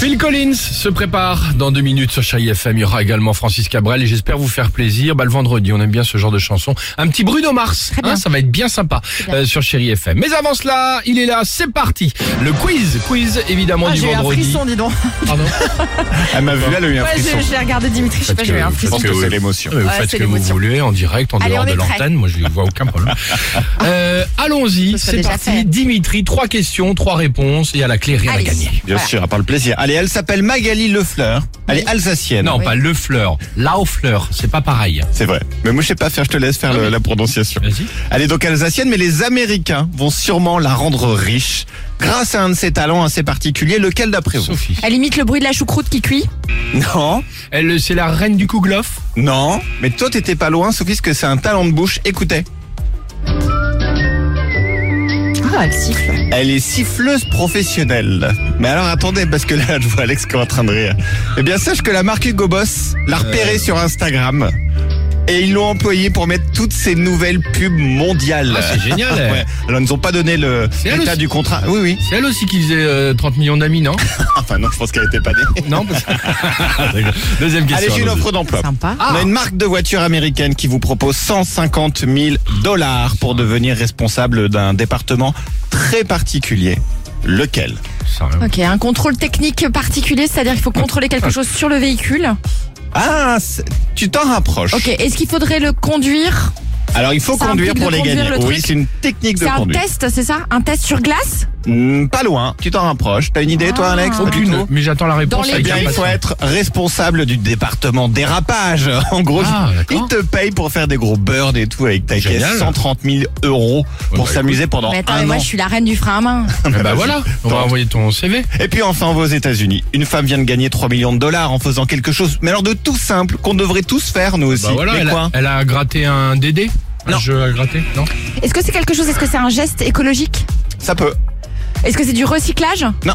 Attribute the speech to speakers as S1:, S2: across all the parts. S1: Phil Collins se prépare dans deux minutes sur Chai FM. Il y aura également Francis Cabrel et j'espère vous faire plaisir. Bah, le vendredi, on aime bien ce genre de chansons. Un petit Bruno Mars, hein, ça va être bien sympa euh, sur Chéri FM. Mais avant cela, il est là, c'est parti. Le quiz, quiz évidemment
S2: Ah,
S1: du
S2: j'ai eu un
S1: vendredi.
S2: frisson, dis donc.
S1: Pardon Ah,
S3: Elle m'a vu, elle a eu un
S2: Ouais,
S3: frisson.
S2: j'ai j'ai regardé Dimitri, je sais pas, j'ai eu un
S1: Parce que-
S3: Je
S2: frisson.
S3: pense que
S1: Parce que-
S3: c'est l'émotion.
S1: Non, mais vous
S2: Ouais,
S1: faites ce
S2: c'est
S1: que vous
S2: l'émotion.
S1: voulez en direct, en
S2: Allez,
S1: dehors
S2: on
S1: de
S2: est prêts.
S1: l'antenne. Moi, je ne vois aucun problème. Euh, Allons-y,
S2: sera
S1: c'est
S2: déjà
S1: parti.
S2: fait.
S1: Dimitri, trois questions, trois réponses et à la clé, rien
S2: Allez.
S1: à gagner.
S3: Bien
S2: Voilà.
S3: sûr, à part le plaisir. Allez, elle s'appelle Magali Lefleur. Elle est alsacienne.
S1: Non,
S2: Oui.
S1: pas le fleur, la au fleur, c'est pas pareil.
S3: C'est vrai. Mais moi, je sais pas faire, je te laisse faire
S2: Ah
S3: le- la prononciation.
S1: Vas-y.
S3: Elle est donc alsacienne, mais les Américains vont sûrement la rendre riche grâce à un de ses talents assez particuliers. Lequel d'après vous
S1: Sophie.
S2: Elle imite le bruit de la choucroute qui cuit.
S3: Non,
S1: Elle, c'est la reine du Kouglof.
S3: non. Mais toi, t'étais pas loin, Sophie, parce que c'est un talent de bouche. Écoutez.
S2: Ah, elle siffle.
S3: Elle est siffleuse professionnelle. Mais alors attendez, parce que là, je vois Alex qui est en train de rire. Eh bien, sache que la marque Hugo Boss l'a repérée sur Instagram. Et ils l'ont employée pour mettre toutes ces nouvelles pubs mondiales.
S1: Ah, c'est génial, elle.
S3: ouais. Alors, ils nous ont pas donné le
S1: C'est elle
S3: l'état
S1: aussi.
S3: du contrat. Oui, oui.
S1: C'est elle aussi qui faisait euh, 30 millions d'amis, non
S3: Enfin, non, je pense qu'elle était pas née.
S1: Non parce que- D'accord. Deuxième
S3: Allez,
S1: question.
S3: j'ai une
S1: allons-y.
S3: offre d'emploi.
S2: Sympa.
S1: Ah.
S3: On a une marque de voiture américaine qui vous propose 150 000 dollars pour devenir responsable d'un département très particulier. Lequel
S1: Ça, rien.
S2: Ok, un contrôle technique particulier, c'est-à-dire qu'il faut contrôler quelque chose sur le véhicule.
S3: Ah, c'est- tu t'en rapproches.
S2: Ok, est-ce qu'il faudrait le conduire
S3: Alors il faut
S2: Ça
S3: conduire
S2: implique
S3: pour
S2: de
S3: les
S2: conduire
S3: gagner.
S2: le
S3: oui,
S2: truc
S3: c'est une technique de
S2: C'est un
S3: conduire.
S2: test, c'est ça Un test sur glace
S3: Hmm, pas loin, tu t'en rapproches. T'as une idée toi
S2: Ah.
S3: Alex Pas du
S1: Aucune,
S3: tout
S1: mais j'attends la réponse.
S2: les
S3: Eh
S1: avec
S3: bien, il
S1: impatience.
S3: faut être responsable du département dérapage. En gros,
S1: Ah,
S3: ils
S1: d'accord.
S3: te payent pour faire des gros burns et tout avec ta caisse.
S1: Génial.
S3: 130 000 euros pour
S1: bah,
S3: s'amuser pendant
S2: Mais attends, mais
S3: un
S2: moi
S3: an.
S2: je suis la reine du frein à main.
S1: Eh ben voilà, on va
S3: Attends.
S1: envoyer ton CV.
S3: Et puis enfin, on va aux États-Unis. Une femme vient de gagner 3 millions de dollars en faisant quelque chose, mais alors de tout simple, qu'on devrait tous faire nous aussi.
S1: Bah voilà,
S3: Mais
S1: elle
S3: quoi
S1: a, elle a gratté un DD. Un
S3: Non.
S1: jeu à gratter, non
S2: Est-ce que c'est quelque chose Est-ce que c'est un geste écologique
S3: Ça peut.
S2: Est-ce que c'est du recyclage
S3: Non.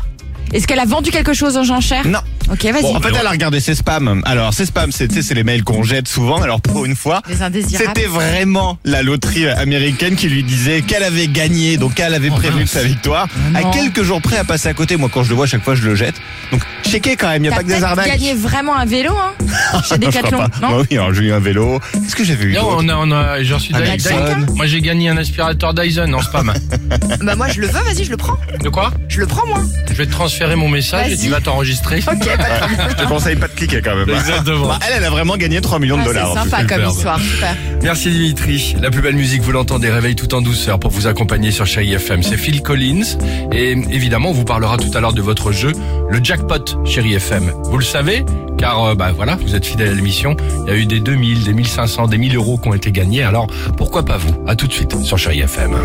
S2: Est-ce qu'elle a vendu quelque chose aux enchères
S3: Non.
S2: Ok, vas-y.
S3: Bon, en fait, elle a regardé ses spams. Alors, ses spams, c'est tu sais, c'est les mails qu'on jette souvent. Alors, pour une fois,
S2: Les indésirables.
S3: C'était vraiment la loterie américaine qui lui disait qu'elle avait gagné, donc elle avait
S1: Oh,
S3: prévu
S1: mince.
S3: de sa victoire.
S2: Non.
S3: À quelques jours près à passer à côté, moi quand je le vois, à chaque fois je le jette. Donc checker quand même, il n'y a
S2: T'as
S3: pas que des
S2: peut-être
S3: arnaques.
S2: gagné vraiment un vélo, hein Chez
S3: Non, je crois
S2: Decathlon,
S3: pas.
S2: non
S3: Bah oui, alors j'ai eu un vélo. Qu'est-ce que j'avais eu
S1: Non,
S3: d'autre
S1: on a, on a, j'ai reçu
S3: Un
S1: Dyson.
S3: Dyson.
S1: Moi, j'ai gagné un aspirateur Dyson en spam.
S2: Bah moi je le veux, vas-y, je le prends.
S1: De quoi
S2: Je le prends moi.
S1: Je vais te transférer mon message et
S2: Vas-y.
S1: tu vas t'enregistrer.
S2: Ok, pas de problème.
S3: Je te conseille pas de cliquer quand même.
S1: Exactement.
S3: Bah, elle, elle a vraiment gagné 3 millions de
S2: Ah,
S3: dollars. en
S2: C'est
S3: tout cas.
S2: sympa
S1: super
S2: comme
S1: bien.
S2: histoire, super.
S1: Merci Dimitri. La plus belle musique, vous l'entendez, réveille tout en douceur pour vous accompagner sur Chérie FM. C'est Phil Collins. Et évidemment, on vous parlera tout à l'heure de votre jeu, le jackpot Chérie FM. Vous le savez, car euh, bah, voilà, vous êtes fidèle à l'émission. Il y a eu des 2000, des 1500, des 1000 euros qui ont été gagnés. Alors, pourquoi pas vous À tout de suite sur Chérie FM.